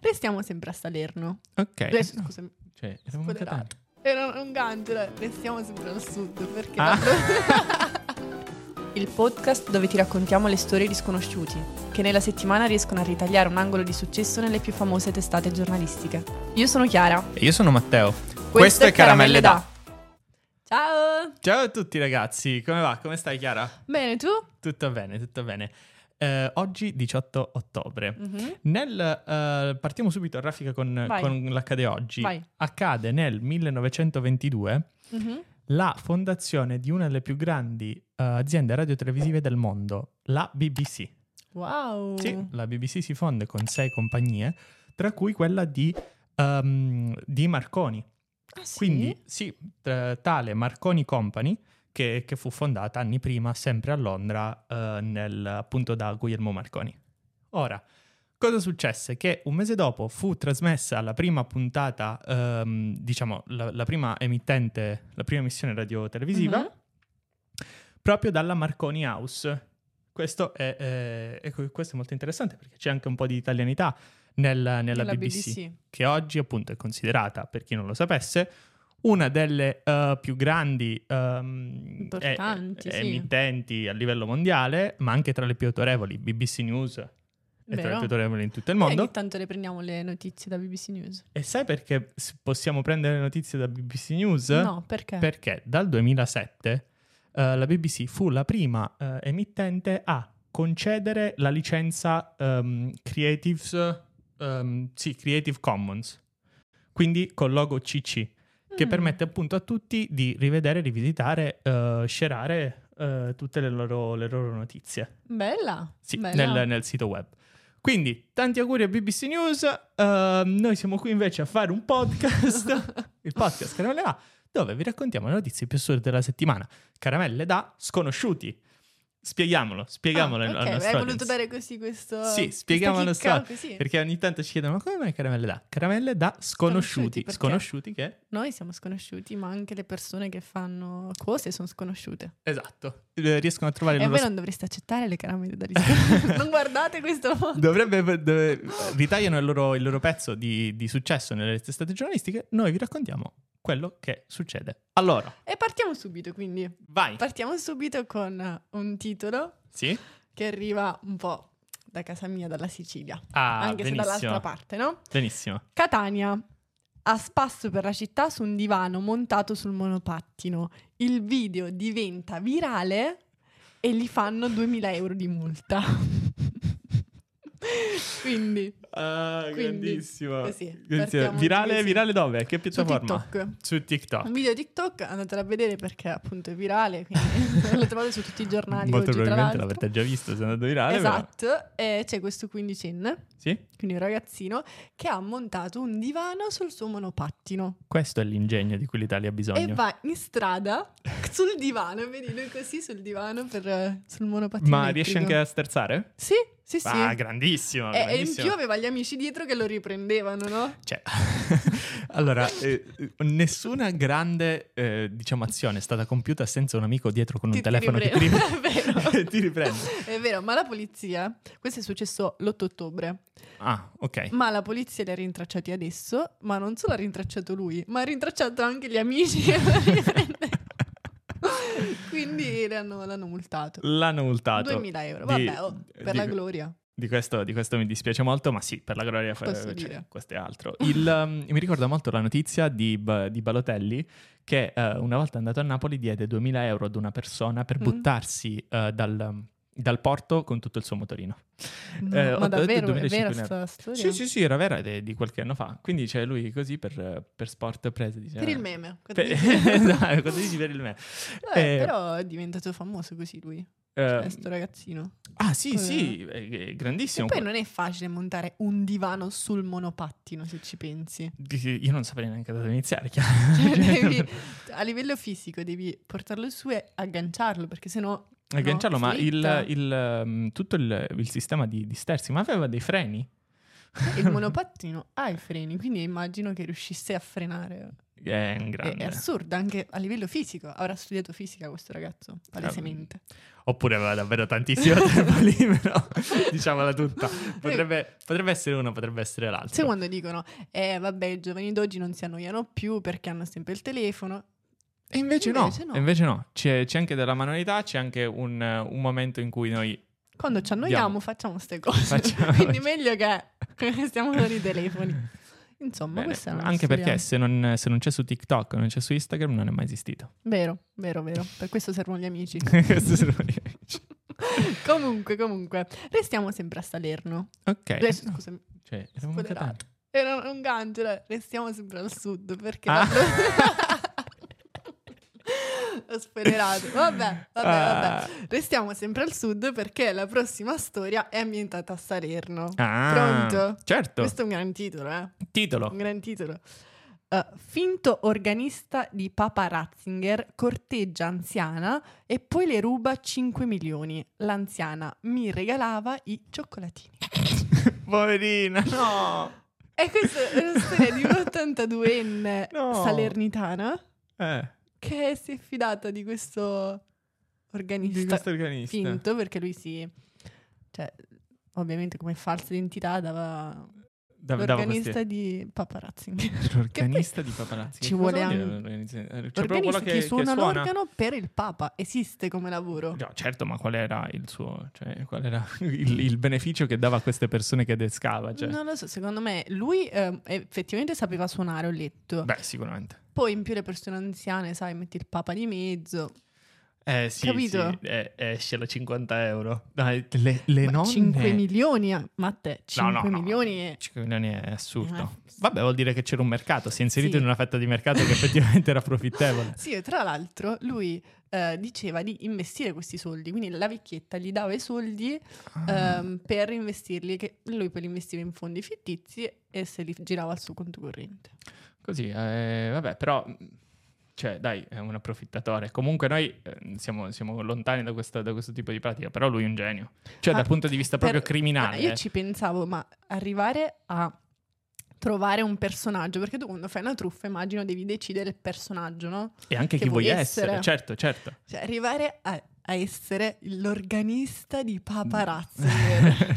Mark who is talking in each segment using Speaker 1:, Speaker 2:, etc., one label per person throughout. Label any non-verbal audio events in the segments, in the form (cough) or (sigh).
Speaker 1: Perché stiamo sempre a Salerno?
Speaker 2: Ok.
Speaker 1: Eh, Scusami,
Speaker 2: Cioè, eravamo italiani.
Speaker 1: spoilerato. Era un gancio, restiamo sempre al sud perché...
Speaker 2: Ah. (laughs)
Speaker 3: Il podcast dove ti raccontiamo le storie di sconosciuti, che nella settimana riescono a ritagliare un angolo di successo nelle più famose testate giornalistiche. Io sono Chiara.
Speaker 2: E io sono Matteo. Questo, è Caramelle da.
Speaker 3: Ciao!
Speaker 2: Ciao a tutti ragazzi, come va? Come stai Chiara?
Speaker 1: Bene, tu?
Speaker 2: Tutto bene, tutto bene. Eh, oggi 18 ottobre.
Speaker 3: Mhm.
Speaker 2: Nel, eh, partiamo subito a raffica con,
Speaker 3: Vai.
Speaker 2: con l'accade oggi.
Speaker 1: Vai.
Speaker 2: Accade nel 1922
Speaker 1: Mhm.
Speaker 2: la fondazione di una delle più grandi eh, aziende radiotelevisive del mondo, la BBC.
Speaker 1: Wow.
Speaker 2: Sì, la BBC si fonde con sei compagnie, tra cui quella di, ehm, di Marconi.
Speaker 1: Ah, sì?
Speaker 2: Quindi sì, tra- tale Marconi Company che, che fu fondata anni prima sempre a Londra eh, nel- appunto da Guglielmo Marconi. Ora, cosa successe? Che un mese dopo fu trasmessa la prima puntata, ehm, diciamo la, la prima emittente, la prima emissione radio-televisiva
Speaker 1: Mhm. Mm-hmm.
Speaker 2: proprio dalla Marconi House. Questo è, eh, ecco, questo è molto interessante perché c'è anche un po' di italianità nel- nella
Speaker 1: La
Speaker 2: BBC che oggi appunto è considerata, per chi non lo sapesse, una delle eh, più grandi ehm,
Speaker 1: Importanti,
Speaker 2: eh, eh,
Speaker 1: sì.
Speaker 2: emittenti a livello mondiale, ma anche tra le più autorevoli. BBC News è tra le
Speaker 1: Vero.
Speaker 2: più autorevoli in tutto il
Speaker 1: Noi
Speaker 2: mondo.
Speaker 1: ogni tanto le prendiamo le notizie da BBC News.
Speaker 2: E sai perché s- possiamo prendere notizie da BBC News?
Speaker 1: No, perché?
Speaker 2: Perché dal 2007 eh, la BBC fu la prima eh, emittente a concedere la licenza ehm, Creatives, ehm, sì, Creative Commons, quindi col logo CC, che
Speaker 1: Mm.
Speaker 2: permette appunto a tutti di rivedere, rivisitare, eh, sharare eh, tutte le loro, le loro notizie
Speaker 1: Bella.
Speaker 2: sì,
Speaker 1: bella. (laughs)
Speaker 2: nel, nel sito web. Quindi, tanti auguri a BBC News. ehm, noi siamo qui invece a fare
Speaker 1: (laughs)
Speaker 2: un podcast, il podcast Caramelle da, dove vi raccontiamo le notizie più assurde della settimana. Caramelle da sconosciuti. Spieghiamolo, spieghiamolo
Speaker 1: Ah,
Speaker 2: al-
Speaker 1: ok,
Speaker 2: al nostro
Speaker 1: Hai voluto
Speaker 2: audience.
Speaker 1: dare così questo...
Speaker 2: Sì, spieghiamo
Speaker 1: questa
Speaker 2: allo
Speaker 1: chicca
Speaker 2: stato,
Speaker 1: così.
Speaker 2: Perché ogni tanto ci chiedono "Ma come mai caramelle da? Caramelle da
Speaker 1: Sconosciuti,
Speaker 2: sconosciuti.
Speaker 1: perché?
Speaker 2: Sconosciuti che?
Speaker 1: Noi siamo sconosciuti, ma anche le persone che fanno cose sono sconosciute.
Speaker 2: Esatto. Eh, Riescono a trovare
Speaker 1: E
Speaker 2: il loro
Speaker 1: voi non dovreste accettare le caramelle
Speaker 2: (laughs)
Speaker 1: da ristorante. non guardate questo mondo.
Speaker 2: Dovrebbe, dove- ritagliano il loro, il loro pezzo di, di successo nelle testate giornalistiche. Noi vi raccontiamo quello che succede. Allora,
Speaker 1: E partiamo subito, quindi.
Speaker 2: vai.
Speaker 1: Partiamo subito con un titolo
Speaker 2: Sì?
Speaker 1: che arriva un po' da casa mia, dalla Sicilia.
Speaker 2: Ah,
Speaker 1: anche se
Speaker 2: benissimo.
Speaker 1: dall'altra parte, no?
Speaker 2: Benissimo.
Speaker 1: Catania. A spasso per la città su un divano montato sul monopattino. Il video diventa virale e gli fanno 2000 euro di multa. (laughs) Quindi,
Speaker 2: Ah,
Speaker 1: Quindi,
Speaker 2: grandissimo.
Speaker 1: così,
Speaker 2: Grandissimo.
Speaker 1: partiamo
Speaker 2: Virale,
Speaker 1: così.
Speaker 2: virale dove? Che
Speaker 1: su
Speaker 2: piattaforma?
Speaker 1: TikTok.
Speaker 2: Su TikTok.
Speaker 1: Un video TikTok, andatelo a vedere perché appunto è virale, quindi (laughs) lo trovate su tutti i giornali
Speaker 2: Molto
Speaker 1: oggi, tra
Speaker 2: probabilmente
Speaker 1: l'altro.
Speaker 2: l'avrete già visto se è andato virale. però-
Speaker 1: Esatto, e c'è questo quindicenne,
Speaker 2: Sì?
Speaker 1: quindi un ragazzino, che ha montato un divano sul suo monopattino
Speaker 2: Questo è l'ingegno di cui l'Italia ha bisogno.
Speaker 1: e va in strada sul divano, vedi lui così sul divano per, eh, sul monopattino
Speaker 2: Ma riesce anche
Speaker 1: elettrico.
Speaker 2: a sterzare?
Speaker 1: Sì, sì, sì. Eh,
Speaker 2: Ah, grandissimo.
Speaker 1: e, e in
Speaker 2: grandissimo.
Speaker 1: più aveva gli amici dietro che lo riprendevano, no?
Speaker 2: Cioè, (laughs) allora, eh, eh, nessuna grande, eh, diciamo, azione è stata compiuta senza un amico dietro con un
Speaker 1: Ti- ti
Speaker 2: telefono che
Speaker 1: (laughs)
Speaker 2: ti
Speaker 1: riprende.
Speaker 2: riprende.
Speaker 1: È vero.
Speaker 2: (laughs) ti riprende.
Speaker 1: È vero, ma la polizia, questo è successo l'8 ottobre,
Speaker 2: Ah, ok.
Speaker 1: ma la polizia li ha rintracciati adesso, ma non solo ha rintracciato lui, ma ha rintracciato anche gli amici che lo
Speaker 2: (laughs)
Speaker 1: riprendevano. (laughs) Quindi le hanno- l'hanno multato.
Speaker 2: L'hanno multato.
Speaker 1: 2000 euro,
Speaker 2: Di-
Speaker 1: vabbè, oh, per
Speaker 2: di-
Speaker 1: la gloria.
Speaker 2: Di questo, di questo mi dispiace molto, ma sì, per la gloria fa-
Speaker 1: Posso
Speaker 2: cioè,
Speaker 1: dire.
Speaker 2: questo è altro. Il, um, mi ricorda molto la notizia di, Ba- di Balotelli che eh, una volta andato a Napoli diede 2000 euro ad una persona per
Speaker 1: Mm.
Speaker 2: buttarsi eh, dal, dal porto con tutto il suo motorino.
Speaker 1: No,
Speaker 2: Eh, ho
Speaker 1: ma
Speaker 2: detto
Speaker 1: davvero, è
Speaker 2: 2500
Speaker 1: vera sta
Speaker 2: euro.
Speaker 1: storia?
Speaker 2: Sì, sì, sì, era vera ed è di qualche anno fa. Quindi c'è lui così per, per sport prese. Dice,
Speaker 1: Per
Speaker 2: "Ah,
Speaker 1: il meme. cosa
Speaker 2: per-
Speaker 1: dici?
Speaker 2: (laughs) Esatto, cosa dici per il me?
Speaker 1: Eh,
Speaker 2: (laughs) Eh,
Speaker 1: Però è diventato famoso così lui,
Speaker 2: eh,
Speaker 1: questo ragazzino.
Speaker 2: ah, sì,
Speaker 1: Eh.
Speaker 2: sì, è, è
Speaker 1: E
Speaker 2: grandissimo.
Speaker 1: poi non è facile montare un divano sul monopattino, se ci
Speaker 2: (laughs)
Speaker 1: pensi.
Speaker 2: Dici, Io non saprei neanche da dove
Speaker 1: (laughs)
Speaker 2: iniziare.
Speaker 1: Cioè,
Speaker 2: chiaro. Cioè,
Speaker 1: devi- a livello fisico devi portarlo su e agganciarlo, perché sennò...
Speaker 2: Agganciarlo,
Speaker 1: no,
Speaker 2: ma il,
Speaker 1: slitta.
Speaker 2: il, um, tutto il, il sistema di, di sterzi, ma aveva dei freni? (laughs)
Speaker 1: Il monopattino ha i freni, quindi immagino che riuscisse a frenare.
Speaker 2: È un
Speaker 1: È,
Speaker 2: grande.
Speaker 1: è assurdo anche a livello fisico. Avrà studiato fisica questo ragazzo, palesemente.
Speaker 2: Oppure aveva davvero tantissimo (laughs) tempo
Speaker 1: (laughs)
Speaker 2: libero, (laughs) diciamola tutta. Potrebbe, potrebbe essere uno, potrebbe essere l'altro.
Speaker 1: Sai quando dicono, eh vabbè, i giovani d'oggi non si annoiano più perché hanno sempre il telefono.
Speaker 2: E invece,
Speaker 1: Invece
Speaker 2: no,
Speaker 1: no.
Speaker 2: e invece no. C'è, c'è anche della manualità, c'è anche un, un momento in cui noi...
Speaker 1: Quando ci annoiamo
Speaker 2: Andiamo.
Speaker 1: facciamo queste cose. (laughs)
Speaker 2: Facciamo-
Speaker 1: Quindi meglio che (laughs) stiamo con i telefoni. Insomma,
Speaker 2: Bene,
Speaker 1: questa è una
Speaker 2: anche
Speaker 1: storia-
Speaker 2: perché se non, se non c'è su TikTok, non c'è su Instagram, non è mai esistito. (laughs)
Speaker 1: Vero, vero, vero. Per questo servono gli amici.
Speaker 2: Questo se lo riesci.
Speaker 1: comunque, comunque, restiamo sempre a Salerno.
Speaker 2: ok.
Speaker 1: Eh, scusami,
Speaker 2: Cioè, eravamo
Speaker 1: spoilerato.
Speaker 2: cattivi.
Speaker 1: Era un gancio, era, restiamo sempre al sud perché...
Speaker 2: Ah.
Speaker 1: (laughs) Ho spoilerato. Vabbè, vabbè, vabbè.
Speaker 2: Ah.
Speaker 1: Restiamo sempre al sud perché la prossima storia è ambientata a Salerno.
Speaker 2: Ah,
Speaker 1: Pronto?
Speaker 2: Certo, Oh.
Speaker 1: Questo è un gran titolo, eh? Un
Speaker 2: titolo.
Speaker 1: gran titolo. Eh, finto organista di Papa Ratzinger corteggia anziana e poi le ruba 5 milioni. L'anziana mi regalava i cioccolatini.
Speaker 2: Poverina, no.
Speaker 1: E questa è una storia
Speaker 2: (laughs)
Speaker 1: di un 82enne
Speaker 2: No.
Speaker 1: salernitana
Speaker 2: Eh,
Speaker 1: che si è fidata di questo organista
Speaker 2: di questo organista.
Speaker 1: finto perché lui si... Cioè, ovviamente come falsa identità dava
Speaker 2: Da- davo
Speaker 1: l'organista
Speaker 2: questi- Cioè,
Speaker 1: di Papa Ratzinger.
Speaker 2: L'organista di Paparazzi.
Speaker 1: ci
Speaker 2: Che
Speaker 1: vuole
Speaker 2: cosa vuol dire
Speaker 1: anche-
Speaker 2: l'organista? C'è proprio
Speaker 1: (laughs)
Speaker 2: quello
Speaker 1: L'organista
Speaker 2: che,
Speaker 1: che, suona
Speaker 2: che suona?
Speaker 1: l'organo per il Papa esiste come lavoro.
Speaker 2: No, certo, ma qual era il suo, cioè, qual era il, il beneficio che dava a queste persone che descava? Cioè?
Speaker 1: Non lo so, secondo me lui ehm, effettivamente sapeva suonare, ho letto.
Speaker 2: Beh, sicuramente.
Speaker 1: Poi in più le persone anziane, sai, metti il Papa di mezzo.
Speaker 2: Eh sì,
Speaker 1: Capito?
Speaker 2: sì, eh, esce la 50 euro. Dai, le, le
Speaker 1: Ma
Speaker 2: nonne...
Speaker 1: 5 milioni, eh, ma te, 5
Speaker 2: no, no.
Speaker 1: milioni è...
Speaker 2: 5 milioni è assurdo.
Speaker 1: Eh, sì.
Speaker 2: Vabbè, vuol dire che c'era un mercato, si è inserito
Speaker 1: Sì.
Speaker 2: in una fetta di mercato che effettivamente era profittevole.
Speaker 1: Sì, e tra l'altro lui eh, diceva di investire questi soldi, quindi la vecchietta gli dava i soldi
Speaker 2: Ah.
Speaker 1: ehm, per investirli, che lui poi li investiva in fondi fittizi e se li girava al suo conto corrente.
Speaker 2: Così, eh, vabbè, però, mh, cioè, dai, è un approfittatore. Comunque noi eh, siamo, siamo lontani da, questa- da questo tipo di pratica, però lui è un genio. Cioè,
Speaker 1: Ah,
Speaker 2: dal punto di vista
Speaker 1: per-
Speaker 2: proprio
Speaker 1: Ma
Speaker 2: criminale.
Speaker 1: io ci pensavo, ma arrivare a trovare un personaggio, perché tu quando fai una truffa immagino devi decidere il personaggio, no?
Speaker 2: E anche
Speaker 1: che
Speaker 2: chi
Speaker 1: vuoi
Speaker 2: vuoi essere.
Speaker 1: essere.
Speaker 2: certo, certo.
Speaker 1: Cioè arrivare a, a essere l'organista di
Speaker 2: (laughs)
Speaker 1: Paparazzi.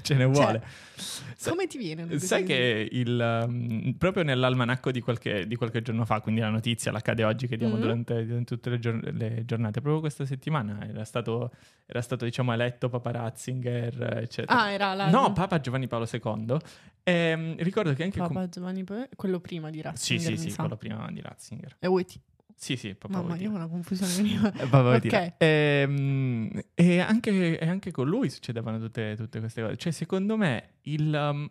Speaker 2: Ce ne vuole. Mm. Sa-
Speaker 1: Cioè, Come ti viene? una
Speaker 2: Sai
Speaker 1: decisione?
Speaker 2: che il, um, proprio nell'almanacco di qualche, di qualche giorno fa, quindi la notizia, l'accade oggi che diamo
Speaker 1: Mhm.
Speaker 2: durante, durante tutte le, gior- le giornate, proprio questa settimana era stato, era stato diciamo eletto Papa Ratzinger, eccetera.
Speaker 1: Ah, era la...
Speaker 2: No, Papa Giovanni Paolo II. Ehm, ricordo che anche...
Speaker 1: Papa
Speaker 2: com-
Speaker 1: Giovanni Pe- quello prima di
Speaker 2: sì,
Speaker 1: Ratzinger.
Speaker 2: sì,
Speaker 1: mi
Speaker 2: sì,
Speaker 1: sa.
Speaker 2: quello prima di Ratzinger.
Speaker 1: E Wojtyla.
Speaker 2: Sì, sì, Papa
Speaker 1: Mamma,
Speaker 2: Wojtyla.
Speaker 1: io ho una confusione
Speaker 2: (laughs)
Speaker 1: veniva.
Speaker 2: Eh, Papa
Speaker 1: Ok.
Speaker 2: Wojtyla. Ehm, e, anche, e anche con lui succedevano tutte, tutte queste cose. Cioè, secondo me, il, um,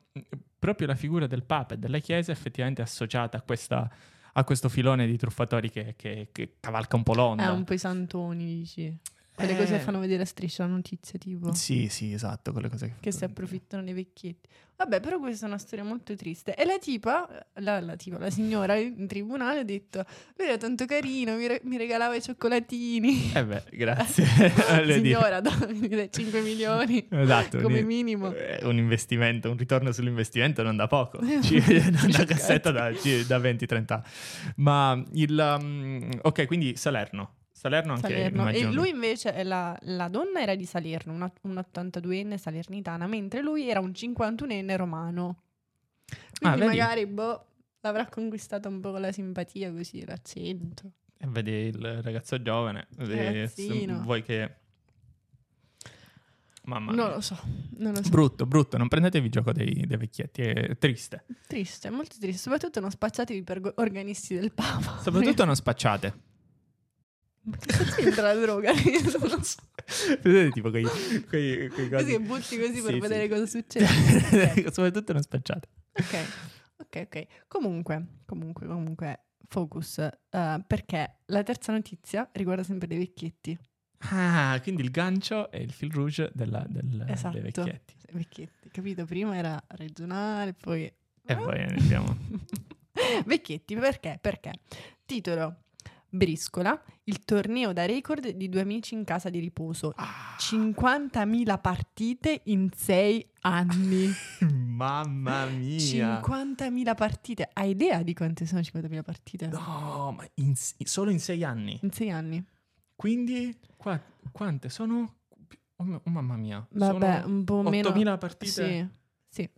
Speaker 2: proprio la figura del Papa e della Chiesa è effettivamente associata a, questa- a questo filone di truffatori che, che- che cavalca un po'
Speaker 1: È
Speaker 2: l'onda.
Speaker 1: un po' i santoni, dici. Quelle
Speaker 2: Eh.
Speaker 1: cose che fanno vedere a striscia la notizia, tipo.
Speaker 2: Sì, sì, esatto, quelle cose che...
Speaker 1: Che si approfittano dei vecchietti. Vabbè, però questa è una storia molto triste. E la tipa, la, la tipa, la signora in tribunale ha detto: Lui era tanto carino, mi, re- mi regalava i cioccolatini. (laughs)
Speaker 2: Eh beh, grazie. (laughs) Voglio dire.
Speaker 1: signora, (laughs) dammi 5 milioni
Speaker 2: Esatto,
Speaker 1: come
Speaker 2: un-
Speaker 1: minimo.
Speaker 2: eh, un investimento, un ritorno sull'investimento non
Speaker 1: (laughs)
Speaker 2: da poco,
Speaker 1: Eh,
Speaker 2: Ci- (laughs) una
Speaker 1: scusate.
Speaker 2: cassetta da, ci- da 20-30 anni. Ma il... um, ok, quindi Salerno. Salerno anche,
Speaker 1: Salerno.
Speaker 2: immagino.
Speaker 1: E lui invece, è la, la donna era di Salerno, una, un 82enne salernitana, mentre lui era un 51enne romano. Quindi
Speaker 2: Ah, vedi?
Speaker 1: magari boh, l'avrà conquistata un po' con la simpatia così, l'accento.
Speaker 2: E Eh, vedi il ragazzo giovane, vedi, se
Speaker 1: Ragazzino.
Speaker 2: vuoi che... Mamma
Speaker 1: Non
Speaker 2: mia.
Speaker 1: lo so, non lo so.
Speaker 2: Brutto, brutto, non prendetevi gioco dei, dei vecchietti, è triste.
Speaker 1: Triste, molto triste. Soprattutto non spacciatevi per go- organisti del Papa. (laughs)
Speaker 2: Soprattutto non spacciate.
Speaker 1: Ma che cazzo c'entra la
Speaker 2: (laughs)
Speaker 1: droga?
Speaker 2: Vedete tipo quei... quei, quei
Speaker 1: così
Speaker 2: cosi-
Speaker 1: butti così per
Speaker 2: Sì,
Speaker 1: vedere
Speaker 2: sì.
Speaker 1: cosa
Speaker 2: (laughs)
Speaker 1: succede. Ok.
Speaker 2: Soprattutto non spacciate.
Speaker 1: Ok, ok, ok. Comunque, comunque, comunque, focus, eh, perché la terza notizia riguarda sempre dei vecchietti.
Speaker 2: Ah, quindi il gancio è il fil rouge della- del-
Speaker 1: Esatto.
Speaker 2: dei vecchietti.
Speaker 1: Vecchietti, capito? Prima era regionale, poi... Eh? (laughs)
Speaker 2: E poi andiamo.
Speaker 1: vecchietti, perché? Perché? Titolo. Briscola, il torneo da record di due amici in casa di riposo. (laughs)
Speaker 2: Ah,
Speaker 1: 50.000 partite in 6 anni.
Speaker 2: Mamma mia.
Speaker 1: 50.000 partite. Hai idea di quante sono 50.000 partite?
Speaker 2: No, ma in- solo in sei anni.
Speaker 1: In 6 anni.
Speaker 2: Quindi, qua- quante sono? Oh, oh, mamma mia.
Speaker 1: Vabbè,
Speaker 2: sono
Speaker 1: un po' meno.
Speaker 2: 8.000 partite.
Speaker 1: Sì, sì.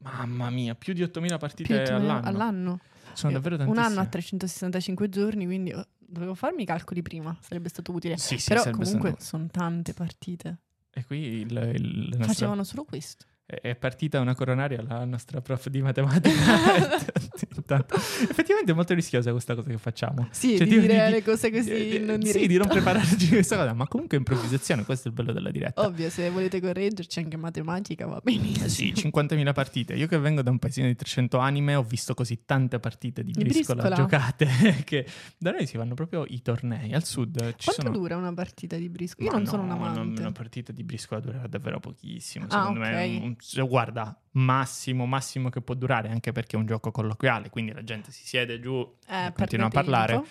Speaker 2: Mamma mia, più di 8.000 partite
Speaker 1: più di 8.000
Speaker 2: all'anno.
Speaker 1: all'anno.
Speaker 2: Sono davvero
Speaker 1: un
Speaker 2: tantissime.
Speaker 1: anno a 365 giorni, quindi eh, dovevo farmi i calcoli prima, sarebbe stato utile.
Speaker 2: Sì, sì,
Speaker 1: Però
Speaker 2: sarebbe
Speaker 1: comunque
Speaker 2: stato-
Speaker 1: sono tante partite.
Speaker 2: E qui il, il- la nostra-
Speaker 1: Facevano solo questo.
Speaker 2: è è partita una coronaria la nostra prof di matematica.
Speaker 1: (laughs)
Speaker 2: (laughs) Intanto- Effettivamente è molto rischiosa questa cosa che facciamo.
Speaker 1: Sì,
Speaker 2: Cioè,
Speaker 1: di
Speaker 2: di-
Speaker 1: dire
Speaker 2: di-
Speaker 1: le cose così
Speaker 2: Eh,
Speaker 1: non
Speaker 2: sì, di
Speaker 1: (laughs)
Speaker 2: non prepararci questa cosa, ma comunque è improvvisazione, questo è il bello della diretta.
Speaker 1: Ovvio, se volete correggerci anche matematica va benissimo.
Speaker 2: Sì, 50.000 partite. Io che vengo da un paesino di 300 anime ho visto così tante partite di
Speaker 1: Di
Speaker 2: briscola,
Speaker 1: briscola?
Speaker 2: giocate (laughs) che da noi si vanno proprio i tornei. Al sud ci
Speaker 1: Quanto
Speaker 2: sono...
Speaker 1: dura una partita di brisco? Io
Speaker 2: Ma
Speaker 1: non sono un
Speaker 2: no, non-
Speaker 1: amante.
Speaker 2: una partita di briscola durerà davvero pochissimo.
Speaker 1: Ah,
Speaker 2: Secondo me,
Speaker 1: ok.
Speaker 2: un- cioè, guarda, massimo, massimo che può durare, anche perché è un gioco colloquiale, quindi la gente si siede giù
Speaker 1: Eh,
Speaker 2: e continua
Speaker 1: perde
Speaker 2: a
Speaker 1: tempo.
Speaker 2: parlare.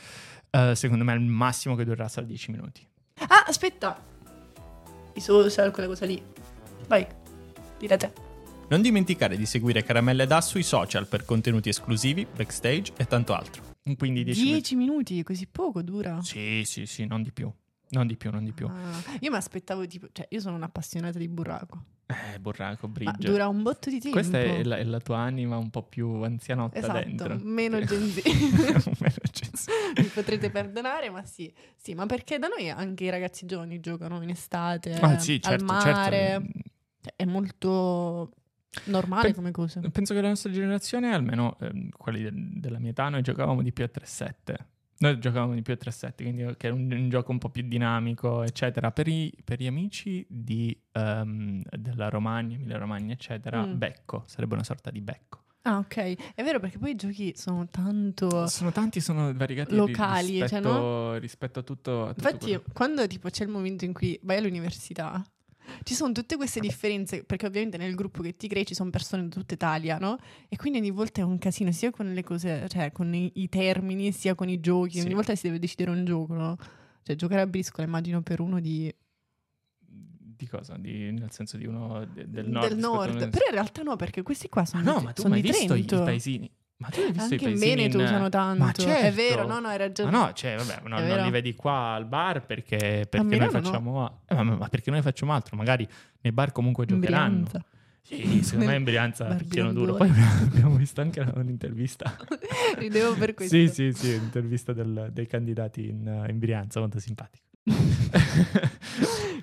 Speaker 2: Eh, secondo me il massimo che durerà sarà 10 minuti.
Speaker 1: Ah, aspetta. I social, quella cosa lì. Vai, dire a te.
Speaker 4: Non dimenticare di seguire Caramelle Da sui social per contenuti esclusivi, backstage e tanto altro.
Speaker 2: Quindi 10 minuti.
Speaker 1: 10 minuti, così poco dura.
Speaker 2: Sì, sì, sì, non di più. Non di più, non di più.
Speaker 1: Ah, io mi aspettavo tipo, cioè io sono un'appassionata di burraco.
Speaker 2: Eh, Burraco,
Speaker 1: Ah. Ma
Speaker 2: Bridge.
Speaker 1: dura un botto di tempo. (laughs)
Speaker 2: Questa è la, è la tua anima un po' più anzianotta
Speaker 1: Esatto,
Speaker 2: dentro.
Speaker 1: meno
Speaker 2: Che-
Speaker 1: Gen Z.
Speaker 2: (laughs) Meno Gen Z.
Speaker 1: Mi potrete perdonare, ma sì. Sì, ma perché da noi anche i ragazzi giovani giocano in estate,
Speaker 2: Ah, sì,
Speaker 1: Eh, al
Speaker 2: certo,
Speaker 1: mare.
Speaker 2: certo.
Speaker 1: Cioè, è molto normale
Speaker 2: Pe-
Speaker 1: come cosa.
Speaker 2: Eh, Penso che la nostra generazione, almeno ehm, quelli de- della mia età, noi giocavamo di più a 3-7. Noi giocavamo di più a 3-7, quindi eh, che era un, un gioco un po' più dinamico, eccetera. Per, i- per gli amici di, ehm, della Romagna, Emilia Romagna, eccetera,
Speaker 1: Mm.
Speaker 2: becco, sarebbe una sorta di becco.
Speaker 1: Ah, ok. È vero perché poi i giochi sono tanto...
Speaker 2: Sono tanti, sono variegati ri-
Speaker 1: Locali, cioè,
Speaker 2: rispetto,
Speaker 1: no?
Speaker 2: rispetto a tutto. a tutto
Speaker 1: Infatti,
Speaker 2: quello-
Speaker 1: quando tipo c'è il momento in cui vai all'università, ci sono tutte
Speaker 2: Eh
Speaker 1: queste differenze, perché ovviamente nel gruppo che ti crei ci sono persone di tutta Italia, no? E quindi ogni volta è un casino, sia con le cose, cioè con i, i termini, sia con i giochi.
Speaker 2: Sì.
Speaker 1: Ogni volta si deve decidere un gioco, no? Cioè, giocare a briscola, immagino, per uno di-
Speaker 2: Di cosa? Di- nel senso di uno de- del
Speaker 1: del nord.
Speaker 2: nord. rispetto a uno del
Speaker 1: Però in realtà no, perché questi qua
Speaker 2: sud.
Speaker 1: sono,
Speaker 2: No,
Speaker 1: di-
Speaker 2: ma tu
Speaker 1: sono
Speaker 2: hai
Speaker 1: di
Speaker 2: visto i-
Speaker 1: Trento.
Speaker 2: i paesini? Ma tu hai visto i
Speaker 1: Anche in
Speaker 2: paesini?
Speaker 1: Veneto
Speaker 2: in-
Speaker 1: usano tanto.
Speaker 2: Ma certo.
Speaker 1: È vero, no, no, hai ragione.
Speaker 2: Ma no, cioè, vabbè, no,
Speaker 1: Esatto. È
Speaker 2: non
Speaker 1: vero.
Speaker 2: li vedi qua al bar perché, perché noi
Speaker 1: Milano no.
Speaker 2: facciamo. eh, ma, ma perché noi facciamo altro? Magari nei bar comunque
Speaker 1: In
Speaker 2: giocheranno.
Speaker 1: Brianza.
Speaker 2: Sì, secondo me in Brianza
Speaker 1: Bar
Speaker 2: picchiano duro. Poi (laughs)
Speaker 1: Briandone.
Speaker 2: abbiamo visto anche un'intervista.
Speaker 1: Ridevo
Speaker 2: (laughs)
Speaker 1: per questo.
Speaker 2: Sì, sì, sì, un'intervista del- dei candidati in, in Brianza, molto simpatico.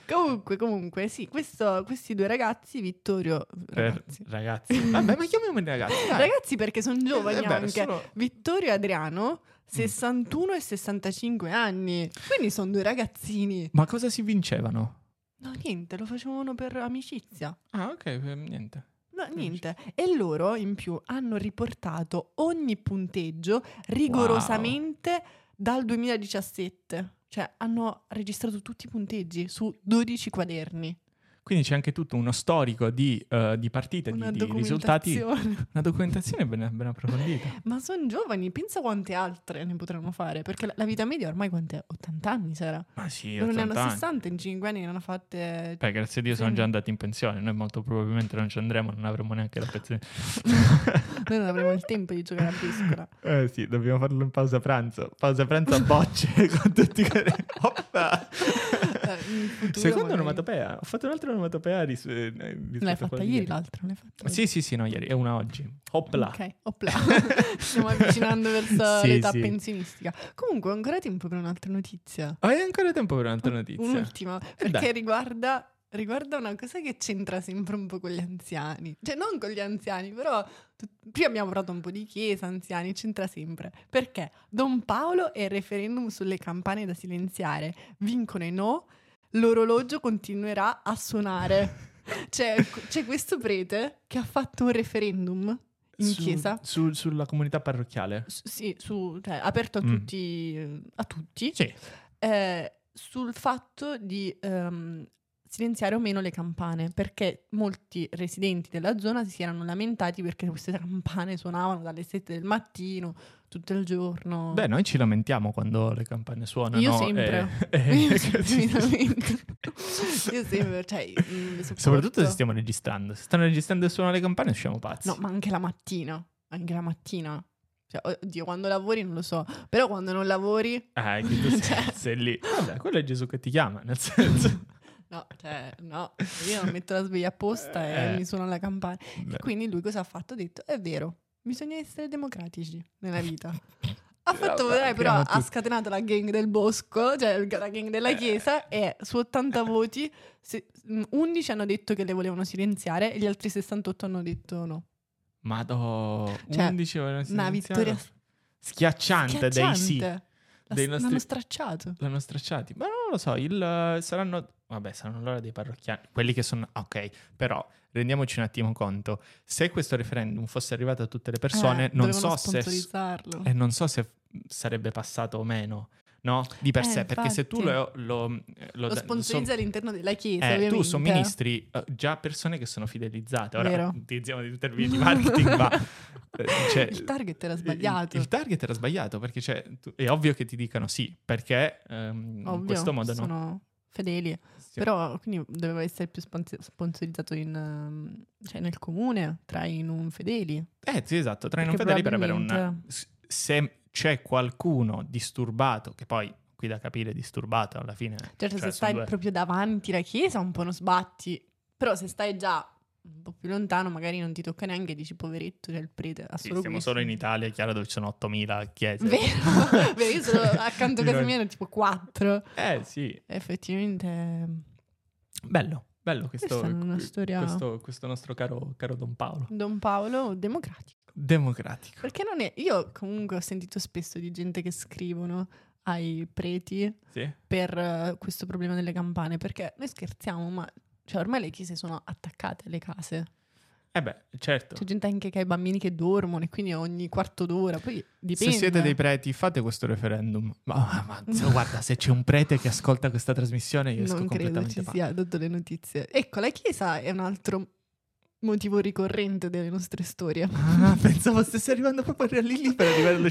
Speaker 1: Comunque, comunque, sì, questo- questi due ragazzi, Vittorio,
Speaker 2: Eh.
Speaker 1: ragazzi,
Speaker 2: Per- ragazzi. Vabbè, ma chiamiamoli ragazzi. dai.
Speaker 1: Ragazzi perché sono giovani
Speaker 2: Eh, beh,
Speaker 1: anche,
Speaker 2: sono- Mm.
Speaker 1: Vittorio e Adriano, 61 e 65 anni, quindi sono due ragazzini.
Speaker 2: Ma cosa si vincevano?
Speaker 1: No, niente, lo facevano per amicizia.
Speaker 2: Ah, ok, eh, niente.
Speaker 1: No, niente. E loro in più hanno riportato ogni punteggio rigorosamente dal 2017. Cioè, hanno registrato tutti i punteggi su 12 quaderni.
Speaker 2: Quindi c'è anche tutto uno storico di, eh, di partite, di,
Speaker 1: Una
Speaker 2: di risultati.
Speaker 1: documentazione.
Speaker 2: Una documentazione ben, ben approfondita.
Speaker 1: Ma sono giovani, pensa quante altre ne potranno fare, perché la, la vita media ormai quant'è? 80 anni sarà.
Speaker 2: Ma sì,
Speaker 1: Loro ne hanno
Speaker 2: 80 anni. Eh.
Speaker 1: 60, in 5 anni ne hanno fatte...
Speaker 2: Beh, grazie a Dio sono
Speaker 1: Sì.
Speaker 2: già andati in pensione. Noi molto probabilmente non ci andremo, non avremo neanche la
Speaker 1: (laughs)
Speaker 2: pensione.
Speaker 1: Noi non avremo il tempo di giocare a briscola.
Speaker 2: Eh sì, dobbiamo farlo in pausa pranzo. Pausa pranzo a bocce (laughs) con tutti i
Speaker 1: (laughs)
Speaker 2: Oppa!
Speaker 1: Eh, in futuro
Speaker 2: (laughs) Seconda
Speaker 1: magari.
Speaker 2: onomatopea. Ho fatto un'altra onomatopea ris- eh, rispetto
Speaker 1: L'hai
Speaker 2: a
Speaker 1: fatta
Speaker 2: quella di
Speaker 1: ieri l'altra, non l'hai fatta
Speaker 2: Sì, sì, sì, no, ieri. È una oggi. Opla.
Speaker 1: Ok,
Speaker 2: (laughs)
Speaker 1: opla. Stiamo avvicinando verso
Speaker 2: Sì,
Speaker 1: l'età
Speaker 2: sì.
Speaker 1: pensionistica. Comunque, ho ancora tempo per un'altra notizia.
Speaker 2: Hai ancora tempo per un'altra notizia? Eh,
Speaker 1: Un'ultima, perché
Speaker 2: dai.
Speaker 1: riguarda, riguarda una cosa che c'entra sempre un po' con gli anziani. Cioè, non con gli anziani, però tu- prima abbiamo parlato un po' di chiesa, anziani, c'entra sempre. Perché Don Paolo e il referendum sulle campane da silenziare vincono i no, l'orologio continuerà a
Speaker 2: (laughs)
Speaker 1: suonare. C'è, c'è questo prete che ha fatto un referendum in
Speaker 2: Su-
Speaker 1: chiesa.
Speaker 2: su- sulla comunità parrocchiale.
Speaker 1: s- sì, su- cioè, aperto a
Speaker 2: Mm.
Speaker 1: tutti, a tutti
Speaker 2: Sì.
Speaker 1: eh, sul fatto di ehm, silenziare o meno le campane, perché molti residenti della zona si erano lamentati perché queste campane suonavano dalle 7 del mattino, tutto il giorno.
Speaker 2: Beh, noi ci lamentiamo quando le campane suonano.
Speaker 1: Io sempre.
Speaker 2: e- (laughs) e-
Speaker 1: Io sempre, Io sempre, cioè, mm, sopporto.
Speaker 2: Soprattutto se stiamo registrando. Se stanno registrando e suonano le campane, usciamo pazzi.
Speaker 1: No, ma anche la mattina, anche la mattina. Cioè, oddio, quando lavori non lo so, però quando non lavori...
Speaker 2: Eh, che
Speaker 1: (laughs)
Speaker 2: tu sei,
Speaker 1: Cioè.
Speaker 2: sei lì. Vabbè, quello è Gesù che ti chiama,
Speaker 1: (laughs)
Speaker 2: nel senso.
Speaker 1: No, cioè, no, io non metto la sveglia apposta e
Speaker 2: Eh.
Speaker 1: mi suona la campana.
Speaker 2: Beh.
Speaker 1: Quindi lui cosa ha fatto? Ha detto, è vero, bisogna essere democratici nella
Speaker 2: (laughs)
Speaker 1: vita. Ha fatto
Speaker 2: Vabbè,
Speaker 1: vedere, però
Speaker 2: abbiamo
Speaker 1: ha
Speaker 2: tutti. Eh.
Speaker 1: scatenato la gang del bosco, cioè il- la gang della chiesa, e su 80 voti se- mm, 11 hanno detto che le volevano silenziare e gli altri 68 hanno detto no.
Speaker 2: Ma do...
Speaker 1: Cioè,
Speaker 2: 11 ore di
Speaker 1: una
Speaker 2: silenzio.
Speaker 1: vittoria
Speaker 2: schiacciante, dei sì.
Speaker 1: Schiacciante. La-
Speaker 2: dei
Speaker 1: L'hanno
Speaker 2: nostri-
Speaker 1: stracciato.
Speaker 2: L'hanno stracciati. Ma non lo so, il, eh, saranno... Vabbè, saranno l'ora dei parrocchiani. Quelli che sono... ah, Ok, però rendiamoci un attimo conto. Se questo referendum fosse arrivato a tutte le persone,
Speaker 1: Eh,
Speaker 2: non
Speaker 1: dovevano
Speaker 2: so se... Eh,
Speaker 1: sponsorizzarlo.
Speaker 2: E non so se sarebbe passato o meno, no? Di per
Speaker 1: Eh,
Speaker 2: sé, perché se tu lo...
Speaker 1: infatti.
Speaker 2: Lo, lo-
Speaker 1: Lo
Speaker 2: da-
Speaker 1: sponsorizza all'interno della chiesa,
Speaker 2: Eh, tu
Speaker 1: ovviamente.
Speaker 2: somministri eh, già persone che sono fidelizzate. Ora
Speaker 1: Vero.
Speaker 2: utilizziamo di tutte
Speaker 1: (laughs)
Speaker 2: le vie di marketing, ma eh, cioè,
Speaker 1: Il target era
Speaker 2: il-
Speaker 1: sbagliato.
Speaker 2: Il, target era sbagliato perché cioè, tu- è ovvio che ti dicano sì, perché ehm, in
Speaker 1: Ovvio,
Speaker 2: questo modo no.
Speaker 1: sono fedeli.
Speaker 2: Sì.
Speaker 1: Però quindi doveva essere più spons- sponsorizzato in, ehm, cioè nel comune, tra i non fedeli.
Speaker 2: Eh, sì, esatto, tra i non
Speaker 1: Perché
Speaker 2: fedeli per avere un...
Speaker 1: probabilmente-
Speaker 2: s- Se c'è qualcuno disturbato, che poi qui da capire disturbato alla fine...
Speaker 1: Certo, se
Speaker 2: cioè,
Speaker 1: stai
Speaker 2: sono due-
Speaker 1: proprio davanti la chiesa un po' non sbatti, però se stai già un po' più lontano magari non ti tocca neanche e dici poveretto, c'è il prete, ha
Speaker 2: Sì,
Speaker 1: solo
Speaker 2: siamo
Speaker 1: questo".
Speaker 2: solo in Italia, è chiaro dove ci sono 8.000 chiese.
Speaker 1: Vero,
Speaker 2: (laughs)
Speaker 1: vero, io sono accanto a casa
Speaker 2: Direi-
Speaker 1: mia ne ho tipo quattro.
Speaker 2: Eh sì,
Speaker 1: Effettivamente
Speaker 2: Bello, bello questo,
Speaker 1: Questa è una
Speaker 2: qu-
Speaker 1: storia-
Speaker 2: questo, questo nostro caro, caro Don Paolo.
Speaker 1: Don Paolo democratico.
Speaker 2: Democratico.
Speaker 1: Perché non è... Io comunque ho sentito spesso di gente che scrivono ai preti
Speaker 2: Sì.
Speaker 1: per eh, questo problema delle campane, perché noi scherziamo, ma cioè, ormai le chiese sono attaccate alle case.
Speaker 2: Eh beh, certo.
Speaker 1: C'è gente anche che ha i bambini che dormono e quindi ogni quarto d'ora, poi dipende. eh. Oh,
Speaker 2: Se siete dei preti, fate questo referendum. Ma, ma- ma- guarda, se c'è un prete che ascolta questa trasmissione, io esco
Speaker 1: non credo
Speaker 2: completamente
Speaker 1: ci
Speaker 2: pazzo.
Speaker 1: sia dato le notizie. Ecco, la chiesa è un altro motivo ricorrente delle nostre
Speaker 2: (laughs)
Speaker 1: storie.
Speaker 2: Ah, pensavo stesse arrivando proprio lì lì per arrivare allo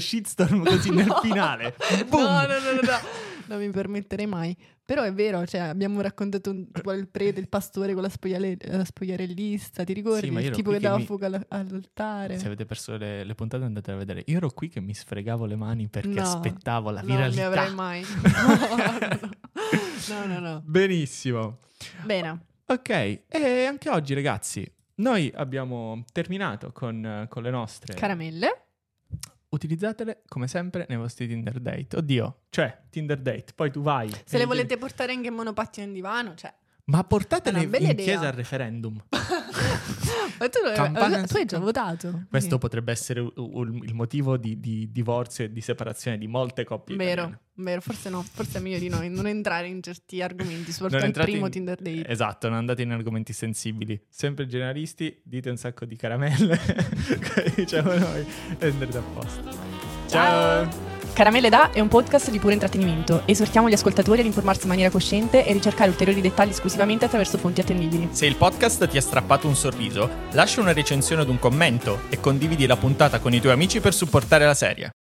Speaker 1: (laughs)
Speaker 2: shitstorm così nel
Speaker 1: No.
Speaker 2: finale.
Speaker 1: No,
Speaker 2: Boom!
Speaker 1: no, no, no, no. (laughs) Non mi permetterei mai. Però è vero, cioè, abbiamo raccontato un- tipo il prete, il pastore con la, spogliale- la spogliarellista, ti ricordi?
Speaker 2: Sì, ma
Speaker 1: il
Speaker 2: io ero
Speaker 1: tipo
Speaker 2: qui
Speaker 1: che
Speaker 2: che
Speaker 1: dava
Speaker 2: mi-
Speaker 1: fuoco alla- all'altare.
Speaker 2: Se avete perso le, le puntate andate a vedere. Io ero qui che mi sfregavo le mani perché
Speaker 1: No.
Speaker 2: aspettavo la
Speaker 1: Non li
Speaker 2: viralità.
Speaker 1: avrei
Speaker 2: (laughs)
Speaker 1: mai. No, no, no. no.
Speaker 2: Benissimo.
Speaker 1: Bene,
Speaker 2: Ok, e anche oggi ragazzi, noi abbiamo terminato con, eh, con le nostre.
Speaker 1: caramelle.
Speaker 2: Utilizzatele come sempre nei vostri Tinder date. Oddio, cioè Tinder date, poi tu vai.
Speaker 1: Se
Speaker 2: e-
Speaker 1: le volete portare anche in monopattino in divano, cioè...
Speaker 2: Ma
Speaker 1: È
Speaker 2: portatele
Speaker 1: una bella
Speaker 2: in
Speaker 1: idea.
Speaker 2: chiesa al referendum.
Speaker 1: Ma tu, lo-
Speaker 2: Campana-
Speaker 1: eh, tu hai già votato.
Speaker 2: Questo potrebbe essere u- u- il motivo di, di divorzio e di separazione di molte coppie.
Speaker 1: Vero,
Speaker 2: italiane.
Speaker 1: vero, forse no, forse è meglio di noi non entrare in certi argomenti, soprattutto
Speaker 2: Non
Speaker 1: al
Speaker 2: entrate
Speaker 1: primo
Speaker 2: in-
Speaker 1: Tinder date.
Speaker 2: Esatto, non andate in argomenti sensibili. Sempre generalisti, dite un sacco di caramelle, (laughs) come diciamo noi, e andrete a posto. Ciao.
Speaker 3: Caramelle da è un podcast di puro intrattenimento. Esortiamo gli ascoltatori ad informarsi in maniera cosciente e ricercare ulteriori dettagli esclusivamente attraverso fonti attendibili.
Speaker 4: Se il podcast ti ha strappato un sorriso, lascia una recensione ad un commento e condividi la puntata con i tuoi amici per supportare la serie.